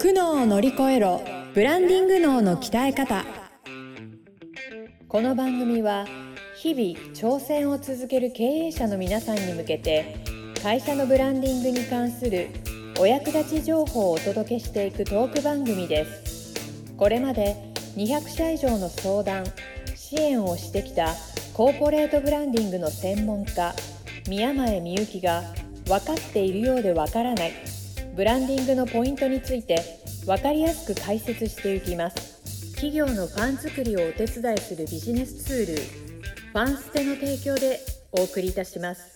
苦悩を乗り越えろブランディング脳の鍛え方この番組は日々挑戦を続ける経営者の皆さんに向けて会社のブランディングに関するお役立ち情報をお届けしていくトーク番組ですこれまで200社以上の相談支援をしてきたコーポレートブランディングの専門家宮前みゆきが分かっているようで分からないブランディングのポイントについて分かりやすく解説していきます企業のファン作りをお手伝いするビジネスツールファンステの提供でお送りいたします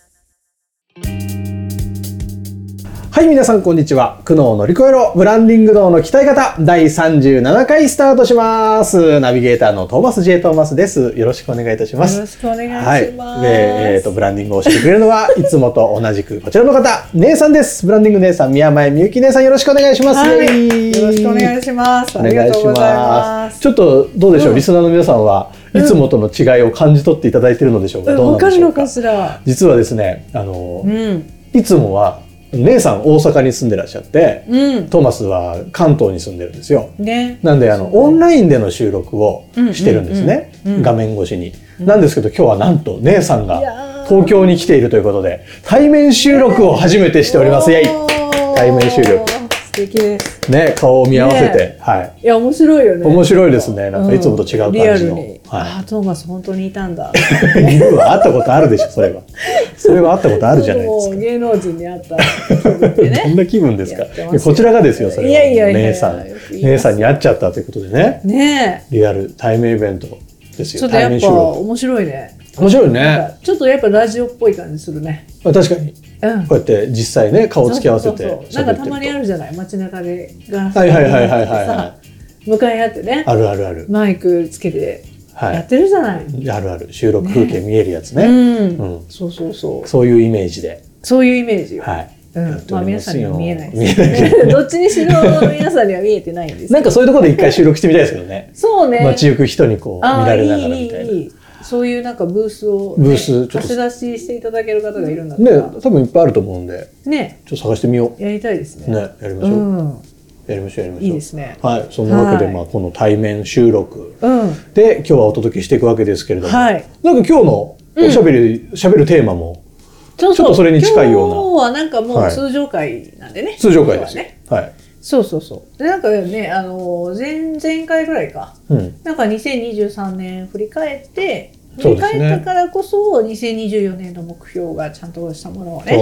はい、皆さん、こんにちは。苦悩を乗り越えろ、ブランディング脳の鍛え方、第37回スタートします。ナビゲーターのトーマス・ジェイ・トーマスです。よろしくお願いいたします。よろしくお願いしまはす。い。で、えっ、と、ブランディングをしてくれるのは、いつもと同じく、こちらの方、姉さんです。ブランディング姉さん、宮前みゆき姉さん、よろしくお願いします。はいよろしくお願いします。おあり願がいとうしございま。ますす。ちょっと、どうでしょう、うんリスナーの皆さんは、いつもとの違いを感じ取っていただいているのでしょうか、うんどうわなんかでしるょのうか。かしら。実はですね、あの、うん、いつもは、姉さん大阪に住んでらっしゃって、うん、トーマスは関東に住んでるんですよ。ね。なんであのオンラインでの収録をしてるんですね、うんうんうん画面越しに、なんですけど今日はなんと姉さんいやがー東京に来ているということで対面収録を初めてしておりますイェイ対面終了。素敵です。ね顔を見合わせて、ねはいいや面白いよね。面白いですねなんかいつもと違う感リアじルの、に。あは あトーマス本当にいたんだ。いいるわ会ったことあるでしょそれはそれは会った ことあるじゃないですもかう芸能人 に会った気分でどんね。な気分ですかやってますよこちらがですよそれはいやいやいやいや姉さんよく言います姉さんに会っちゃったということでねねリアル対面イベントですよえ。ちょっとや対面っ収ぱ録面白いね。面白いねちょっとやっぱラジオっぽい感じするね。まあ確かにうんこ。うやって実際ね顔つき合わせてそうそうそうなんかたまにあるるじゃない街中でガラスはいはいはいはいはいさ向かい合ってねあるあるあるマイクつけてはやっいてるじゃない、あるある収録風景見えるやつねうん、うんそうそうそうそういうイメージでそういうイメージよ、はいうん、まあ皆さんには見えない見でえすないけけどね どっちにしろ皆さんには見えてないんですど なんかそういうところで一回収録してみたいですけどねそうね街行く人にこうあ見ーられながらみたいいいないいいそういうなんかブースを、ブースちょっと貸し出ししていただける方がいるんだったらね多分いっぱいあると思うんでねちょっと探してみよやりたいですうねねやりましうょうんやりましょうやりましょういいですねはいそんなわけではいまあこの対面収録うんで今日はお届けしていくわけですけれどもはなんいか今日のおしゃべりしゃべるテーマもちょちょっとそれに近いような今日はなんかもはうい通常会なんでね。通常会です今よ日ははね。い。そうそうそう。で、なんかね、あのー、前々回ぐらいか。うん。なんか2023年振り返って、そう振りですね返ったからこそ、2024年の目標がちゃんとしたものをね、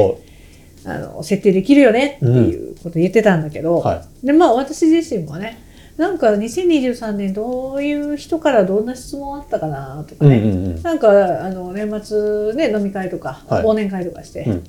そあの設定できるよねっていうこと言ってたんだけど、う。はで、まあ私自身もね、なんか2023年どういう人からどんな質問あったかなとい。かうんね、うんうん。なんかあの年末ね飲み会とか、はい忘年会とかして、うん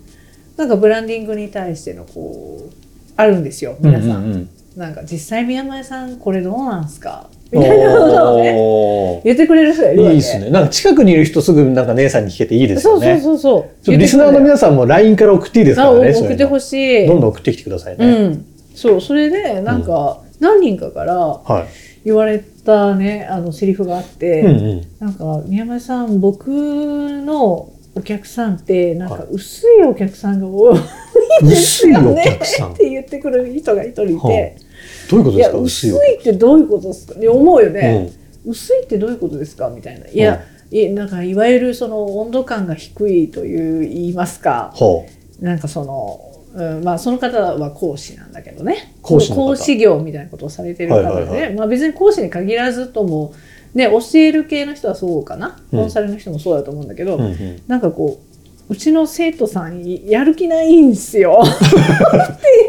なんかブランディングに対してのこうあるんですよ皆さん,、ううん。なんか実際宮前さんこれどうなんすかみ たいなことをねおー言ってくれる人がいいるわけいですね。なんか近くにいる人すぐなんか姉さんに聞けていいですそようそうね。そうそうちょっとリスナーの皆さんも LINE から送っていいですかあらね。そう送ってほししいどんどん送ってきてくださいね。うんそうそれでなんか何人かからは言われたねあのセリフがあっい。て、うんうん。なんか宮前さん僕のお客さんってなんかはい薄いお客さんが 多い薄いお客さん。って言ってくる人が一人いはて、どういうこといですやか薄薄いおいってどういうことですかって思うよ客さんね、。薄いってどういうことですかみたいないや、ういなんかいわゆるその温度感が低いという言いますかほなんかその、うんまあその方は講師なんだけどね講師の方講師業みたいなことをされてる方で、ねはいはいはまあ、別に講師に限らずとも、ね、教える系の人はそうかな、うんコンサルの人もそうだと思うんだけど、う。うんうん。なんかこううちの生徒さんやる気ないんす よってい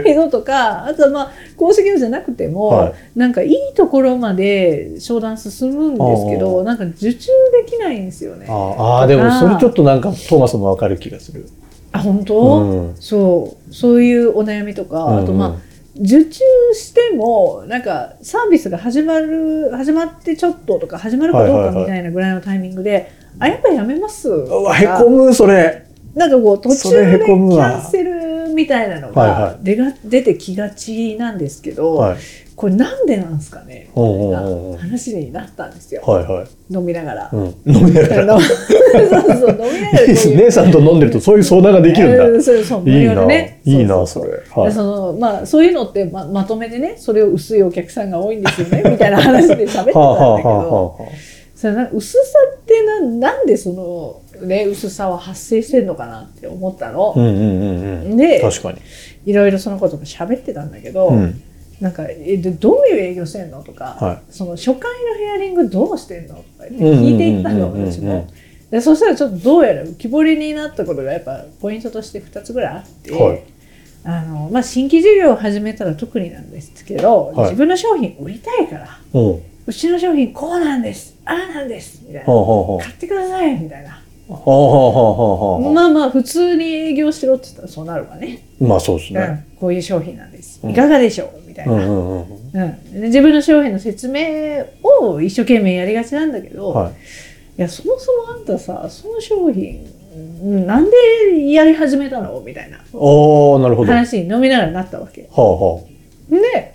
へえ。けどとかあとはまあ講師業じゃなくても、はいなんかいいところまで商談進むんですけあどーなんか受注できないんですよねあーあー、でもそれちょっとなんかトーマスもわかる気がする。あ本う当、ん。そうそういうお悩みとか、あとまあ受注してもなんかサービスが始まる始まってちょっととか始まるかどはういはいかはいみたいなぐらいのタイミングで、あやっぱやめますうん。うとわ、かへこむ、それ。なんかこう途そ中れへでキこむわャンセルみたいなのはいはが出が、出てきがちなんですけど、はい。これなんでなんですかねみおうおたいうなおうおう話になったんですよ、はいはい。飲みながら。うん。飲みながあら。の そうそう飲みながらこういう姉さんと飲んでるとそういう相談ができるんだ。うんそうそういい飲みながな。らねいいな、そうそうそれ。ではい。そのまあ、そういうのってままとめてねそれを薄いお客さんが多いんです よねみたいな話で喋ってたんだけはあはあはあどはあはそれな薄さってななんでその、ね、薄さは発生してるのかなって思ったあ。うの、んうんうんうん。で確かに。いろいろそのことが喋ってたんだけど、うん。なんかえでどういう営業してんのとか、はその初回のヘアリングどうしてんのとか言って聞いていったのうんうんうんうんうん私も。でそしたらちょっとどうやら浮き彫りになったことがやっぱポイントとして2つぐらいあって、はいあのまあ、新規事業を始めたら特になんですけど、はい自分の商品売りたいからうん。はうちの商品こうなんですああなんですみたいあなは買ってくださいみたいなあはあ。はあはあはあはあ。まあまあ普通に営業しろって言ったらそうなるわね、まあそうですうね。ん、こういう商品なんですうんいかがでしょうみたいうな、んうんうんうん、で自分の商品の説明を一生懸命やりがちなんだけうん。ど、はいい、。やそもそもあんたさその商品うんなんでやり始めたのみたいなおー、なるほど。は話に飲みながらなったわけあはで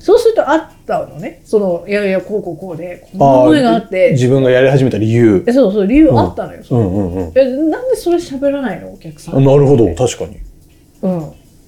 そうするとあったのねそのいやいやこうこうこうでこんな思いがああ。って自分がやり始めた理由。えそうそう理由あったのよ、うそんうんうん。れえなんでそれ喋らないのお客さんあなるほど、確かに。うん、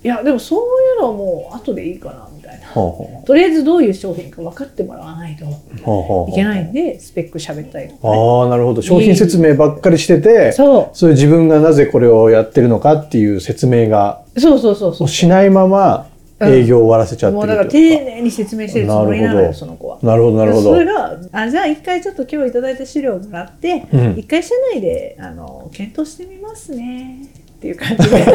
いやでもそういうのはもう後でいいかなみたいなはあはとりあえずどういう商品か分かってもらわないとあ。はあはあ。いけないんでスペック喋ったりとか、ね、ああ、なるほど。商品説明ばっかりしてて、そそういう自分がなぜこれをやってるのかっていう説明がうそうそうそうそうしないままうん営業を終わらせちゃってもうるだからと丁いうか。寧に説明してるつもりなのなるほよどその子は。なるほど、なるほどそ。れがあじゃあ一回ちょっと今日いただいた資料をもらって一、うん回社内であの検討してみますねっていう感 じで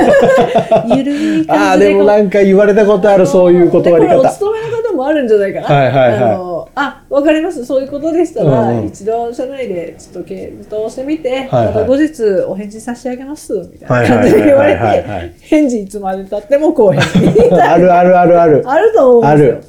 ゆるい感じでああ、でもなんか言われたことある、そういう断りでこれお方。勤めの方もあるんじゃないかな。はいはいはいあのあ、わかります。そういうことでしたら、うんうん一度社内でちょっと検討してみて、はいまた後日お返事差し上げますみたいなは感いじはいで言わはれいはいはいて、返事いつまで経ってもこう返事 あるあるあるある。あると思うんですよある。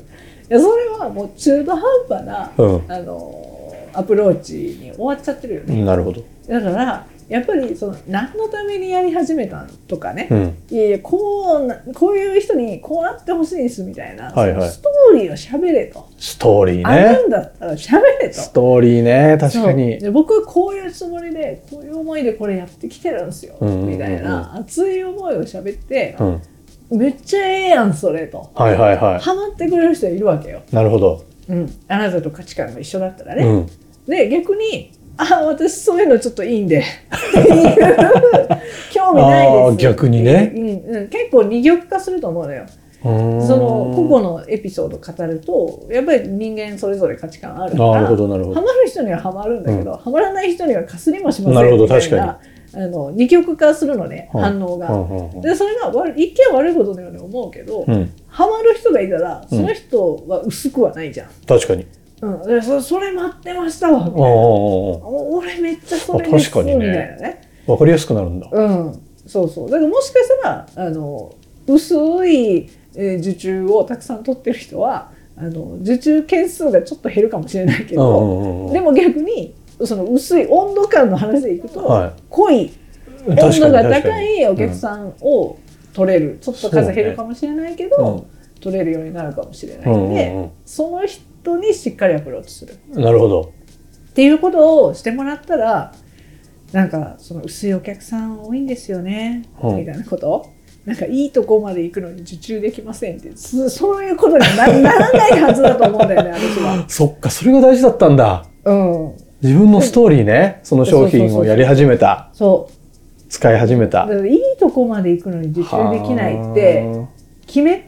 いやそれはもう中途半端な、うんあのアプローチに終わっちゃってるようね。んなるほど。だからやっぱりその何のためにやり始めたのとかね。うん。いやいやこうなこういう人にこうなってほしいですみたいな、はいはいそのストーリーをしゃべれと、ストーリーあねる。んだったらしゃべれとストーリーね、確かそうに。で僕はこういうつもりでこういう思いでこれやってきてるんですよ、うんうんうんうんみたいな熱い思いをしゃべってう、ん。めっちゃええやんそれと、はいはいはハマってくれる人いるわけよ、い。なるほど。うん、あなたと価値観が一緒だったらね、うん。で逆にあ私そういうのちょっとい いんでっていう興味ないですあー逆にねうんうん、結構二極化すると思うのよそその個々のエピソードを語るとやっぱり人間それぞれ価値観あるからなるほど、なるほハど。マる人にはハマるんだけど、ハマらない人にはかすりもしませんなるほどみたい確あの二極化するのね、うん反応うが。んうんうんでそれが悪い一見悪いことのように思うけど、うん。ハマる人がいたらその人は薄くはないじゃん。確かに。うんでそそれ待ってましたわみたいうんうなうんんうんお俺めっちゃそれですあ確かにねみたいなね。わかりやすくなるんだ。うん、そうそう。だからもしかしたらあの薄い、えー受注をたくさん取ってる人はあの受注件数がちょっと減るかもしれないけど、うんうんうんでも逆にその薄い温度感の話でいくと、はい濃い確かに温度が確か高にいお客さんを取れる、ちょっと数減るかもしれないけど、うん取れるようになるかもしれないうんんで、うんその人にしっかりアプローチする。うんなるほど。っていうことをしてもらったらなんかその薄いお客さん多いんですよね、うんみたいなことなんかいいとこまで行くのに受注できませんってそそういうことになならないはずだと思うんだよね私は。そっか、それが大事だったんだ。うん、自分のストーリーね、その商品をやり始めた、そう使い始めただか。らいいとこまで行くのに受注できないっては決め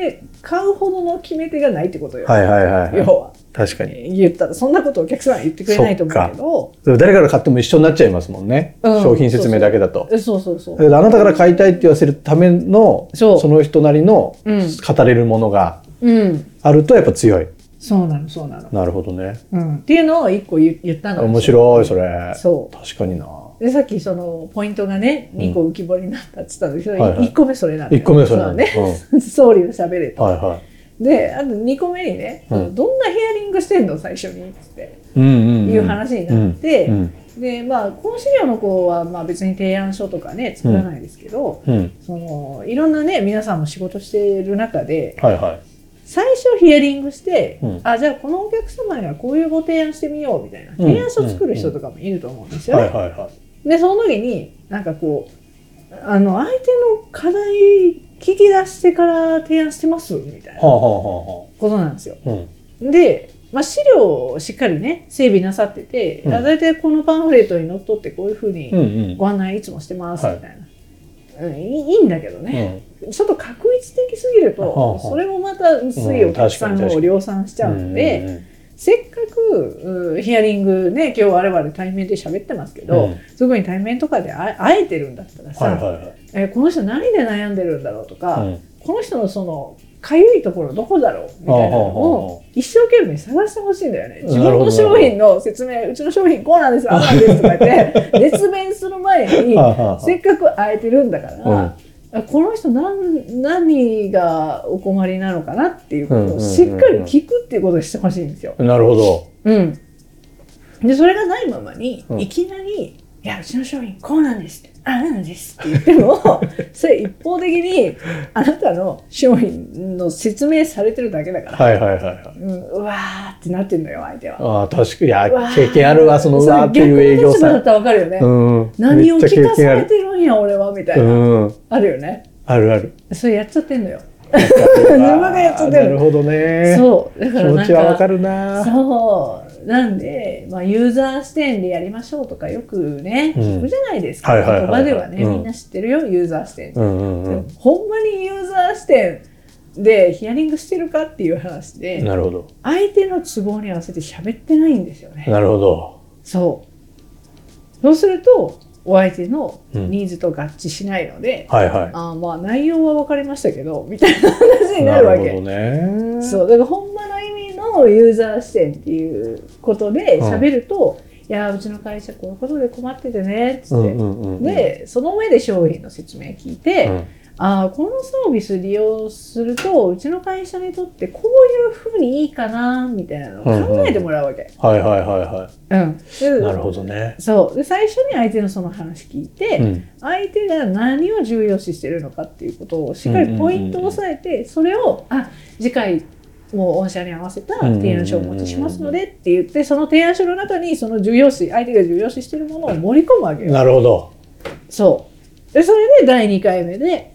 て買うほどの決め手がないってことよ、あはいはいはいはい。要は確かに。言ったらそんなことお客さんは言ってくれないと思うけどそれ誰から買っても一緒になっちゃいますもんね。うん商品説明だけだと。えそうそうそうだけどあなたから買いたいって言わせるための、そうの人なりのうん語れるものがうんあるとやっぱ強い。そうなのそうなのなるほどね。うんっていうのを一個言言ったの面白い、それ。そ確かにな。うでさっきそのポイントがねん2個浮き彫りになったって言ったんだけど、はいはい1個目それなんだよ1個目それなんだ。そうねストーリーを喋れうんとはいはい。であと2個目にね、うんどんなヘアリングしてんの最初にってうんうんんいう話になって、うんでまあ高資料の子はまあ別に提案書とかね作らないですけど、うん。そのいろんなね皆さんも仕事してる中ではいはい。最初ヒアリングして、うんあじゃあこのお客様にはこういうご提案してみようみたいな提案書作る人とかもいると思うんですよはね。いはいはい。でその時になんかこうあの相手の課題聞き出してから提案してますみたいはあなはあはことなんですよ。あはあ。うん。で、まあ、資料をしっかりね整備なさってて、うんあ大体このパンフレットにのっとってこういうふううんにうん。ご案内いつもしてますはいみたいな、うん、いいいいんだけどうね、ん。ちょっと確一的すぎると、はあはあそれもまた薄いお客さうん確かにん確かをに量産しちゃうので、せっかくうんヒアリングね今日我々対面で喋ってますけど、うんすぐに対面とかであ会えてるんだったらさ、はいはいはい。えこの人何で悩んでるんだろうとか、うんこの人のそのかゆいところどこだろうみたいなのを一生懸命探してほしいんだよね。うん自分の商品の説明、うちの商品こうなんです、ああなんですとか言って、 熱弁する前には、あはあせっかく会えてるんだから、うんあこの人何何がお困りなのかなっていうことをしっかり聞くっていうことをしてほしいんですよ。はあなるほど。うん、でそれがないままに、うんいきなり「いやうちの商品こうなんです」ああなんですって言っても それ一方的にあなたの商品の説明されてるだけだから、はいはいはいはい。うん、うわーってなってんだよ相手は。ああ、確かに。いやうわ、ー経験あるわ、そのうわーっていう営業それ逆の立場ださっ。たらわかるよね、うん。何をめっちゃ聞か経験さあれる。てるんや俺はみたいな、うん。あるよねあるあ る。それやっちゃってんのよ自分がやっちゃってるなるほどね。そうだか気ら持なんちはわかかるな。そうなんで、まあ、ユーザー視点でやりましょうとかよくね、うん聞くじゃないですか、はいはいはいはい言葉ではね、うんみんな知ってるよユーザー視点、うんうんでうもほんまにユーザー視点でヒアリングしてるかっていう話で、ん。なるほど。相手の都合に合わせて喋ってないんですよね、なるほど。そうそうするとお相手のうんニーズと合致しないので、はいはい。あーまあ内容は分かりましたけどみたいな話になるわけなるほどね。そうだから本場の意味のユーザー視点っていうことでうん喋ると、いやうちの会社こういうことで困っててねっつって、うんうんうんうん。でその上で商品の説明聞いて、うん、ああこのサービス利用するとうちの会社にとってこういうふうにいいかなみたいなのを考えてもらうわけ。はいはいはいはうんでい。なるほどね。そうで最初に相手のその話聞いて、うん。相手が何を重要視してるのかっていうことをしっかりポイントを押さえてそれをあ次回もう御社に合わせた提案書をお持ちしますのでって言ってその提案書の中にその重要視相手が重要視してるものを盛り込むわけよ。なるほど。そうでそれで第2回目で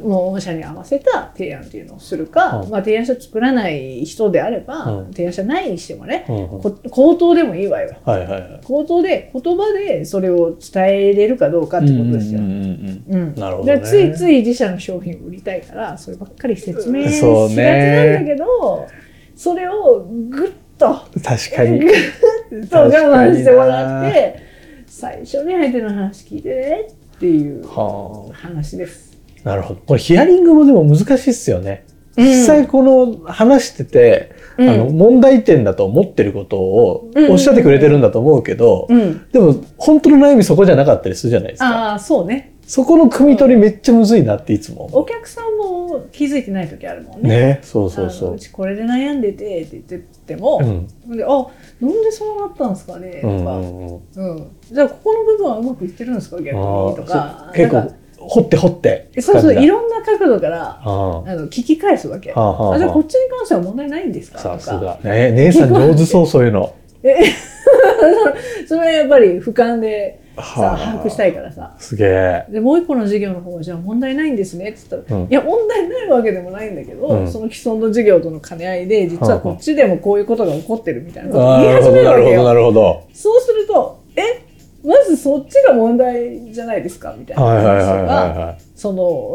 もう御社に合わせた提案っていうのをするか、うんまあ、提案書作らない人であれば、うん提案書ないにしてもね、うんうんこ口頭でもいいわよ。はいはいはい。口頭で言葉でそれを伝えれるかどうかってことですよ。うんうんうんうん、なるほどねでついつい自社の商品を売りたいからそればっかり説明しそうがねちなんだけどそ,、れをぐっとうん。確 かぐに。っと我慢してもらって最初に相手の話聞いてねっていうは話です。あ。なるほど。これヒアリングもでも難しいっすよね。うん実際この話してて、うんあの問題点だと思ってることをうんうんうんおっしゃってくれてるんだと思うけど、うん、でも本当の悩みそこじゃなかったりするじゃないですか。ああそうねそこの汲み取りめっちゃむずいなっていつも思お客さんも気づいてない時あるもんう。ね。ね。そうあそうのそうう。ちこれで悩んでてって言ってても、うん。であなんでそうなったんですかねうとんうか、んうん。うん、じゃあここの部分はうまくいってるんですか逆にあとあか結なん構か掘って掘ってそうそうい色ろんな角度からああの聞き返すわけあはあはああじゃあこっちに関しては問題ないんですかあとさすが、かね、姉さん上手そうそういうの それはやっぱり俯瞰ではさあ把握したいからさすげえでもう一個の授業の方はじゃあ問題ないんですねって言ったら、うんいや問題ないわけでもないんだけど、うんその既存の授業との兼ね合いで実はこっちでもこういうことが起こってるみたいなことをああ言いなる始ほどめるなわるけほよどなるほどそうすると、えまずそっちが問題じゃないですかみたいなはいはいはい話はいとか、はそ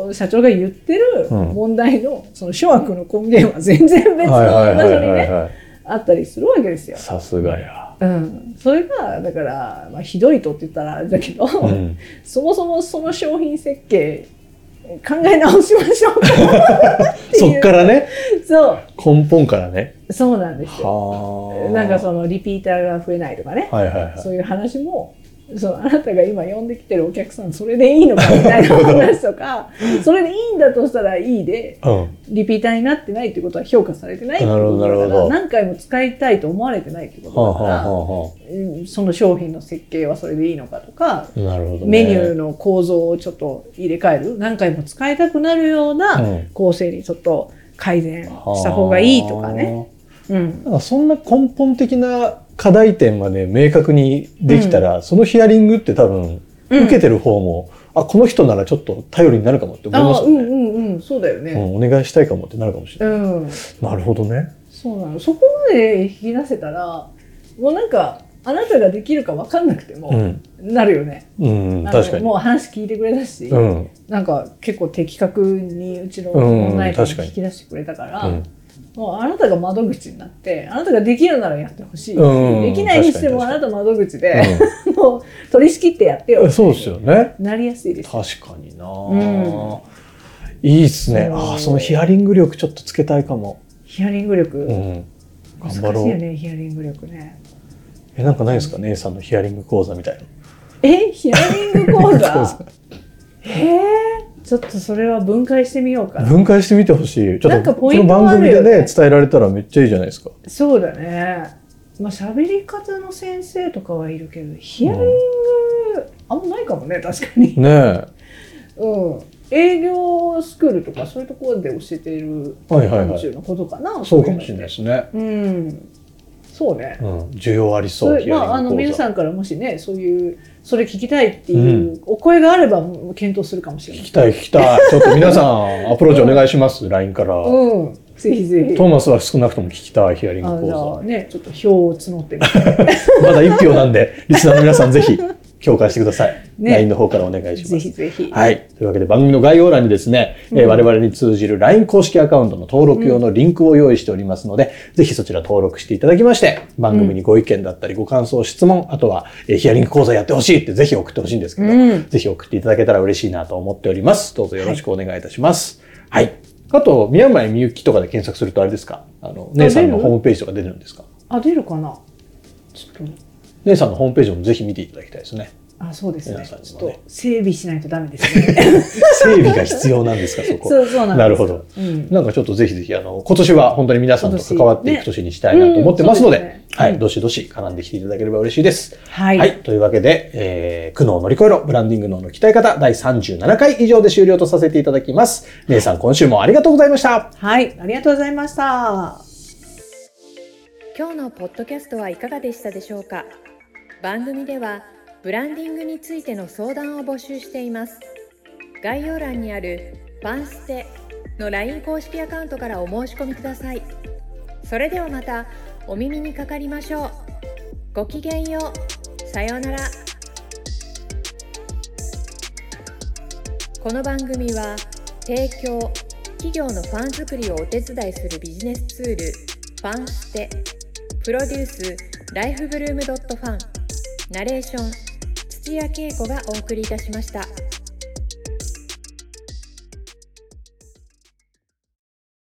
の社長が言ってるうん問題の、その諸悪の根源は全然別いのはいはい場は所いにはいね、はいあったりするわけですよ。さすがや、うん、それがだから、まあ、ひどいとって言ったらあれだけど、うん、そもそもその商品設計考え直しましょうか ってそいっうからねそう根本からねそうなんですよはあなんかそのリピーターが増えないとかね、はいはいはいそういう話もそのあなたが今呼んできてるお客さんそれでいいのかみたいな話と かそれでいいんだとしたらいいでうん。リピーターになってないってことは評価されてないってことだなかるほどなるほらど何回も使いたいと思われてないってこはあ、とはだから、あはうんその商品の設計はそれでいいのかとかあ、なるほど、ね。メニューの構造をちょっと入れ替える何回も使いたくなるよううなん構成にちょっと改善した方がいいとかね。うんなんかそんな根本的な課題点まで明確にできたら、そのヒアリングって多分、うん受けてる方も、あ、この人ならちょっと頼りになるかもって思いまあすうよね。んうんうんそうだようね。ん、お願いしたいかもってなるかもしれうんない。なるほどね。そうなのそこまで引き出せたらもうなんかあなたができるか分かんなくてうもん。なるよね、うん、あの確かに。もう話聞いてくれたし、うん。なんか結構的確にうちのうんうん問題点を確かに引き出してくれたから、うん もうあなたが窓口になってあなたができるならやってほしい、うんうんできないにしてもあ確かなにた窓口で、もう取り仕切ってやってうよん、そうですよね。なりやすいです確かにな、んいいっすね。うんあーそのヒアリング力ちょっとつけたいかも。ヒアリング力、うん。頑張難ろしいよう。ねヒアリング力ねえ、なんかないですか姉さんのヒアリング講座みたいな。えヒアリング講 講座座へえちょっとそれは分解してみようかな分解してみてほしい。ちょなんっとかこポイのント番あ組るでよねね、伝えられたらめっちゃいいじゃないですか。そうだねまあ喋り方の先生とかはいるけどヒアリング、あんまないかもね確かにねえ。うん営業スクールとかそういうところで教えているはいはいはい範疇のことかな、そうかもしれないですね。うんそうね、うん。需要ありそそう。れまあ、あの皆んさんからもしねそういうそれ聞きたいっていううお声があればもう検討するかもしれない聞きたい聞きたい。ちょっと皆さ ん、アプローチお願いします。LINE から。トうん、ぜひぜひ。ーマスは少なくとも聞きたいヒアリンあグじゃあ講ね、ちょっと票を募ってみて。座。まだ1票なんで、リスナーの皆さんぜ ひ、共感してください。ね LINE の方からお願いしますぜ。ひぜひ。はい。というわけで番組の概要欄にですね、えー我々に通じる LINE 公式アカウントの登録用のリンクを用意しておりますので、ぜひそちら登録していただきまして、番組にご意見だったりご感想、質問、あとは、えーヒアリング講座やってほしいってぜひ送ってほしいんですけど、うんぜひ送っていただけたら嬉しいなと思っております。どうぞよろしくお願いいたします。はい。あと、宮前みゆきとかで検索するとあれですかあの、姉さんのホームページとか出るんですかあ、出るかなちょっと、姉さんのホームページもぜひ見ていただきたいです ね。あ、そうです皆ね。さんにもねちょっと整備しないとダメですね。整備が必要なんですか、そ こ。そうそうなんですよなるほど。うんなんかちょっとぜひぜひ、あの、今年は本当に皆さんと関わっていく今年年にしたいなと思ってますので、うんそうですねはうい、んどしどし絡んできていただければ嬉しいです。はいというわけで、えー、苦悩を乗り越えろ、ブランディング脳の鍛え方、第37回以上で終了とさせていただきます。姉さん、今週もありがとうございました。はい、ありがとうございました。今日のポッドキャストはいかがでしたでしょうか番組ではブランディングについての相談を募集しています概要欄にあるファンステの LINE 公式アカウントからお申し込みくださいそれではまたお耳にかかりましょうごきげんようさようならこの番組は提供企業のファン作りをお手伝いするビジネスツールファンステプロデュースライフブルームドットファンナレーション土屋恵子がお送りいたしました。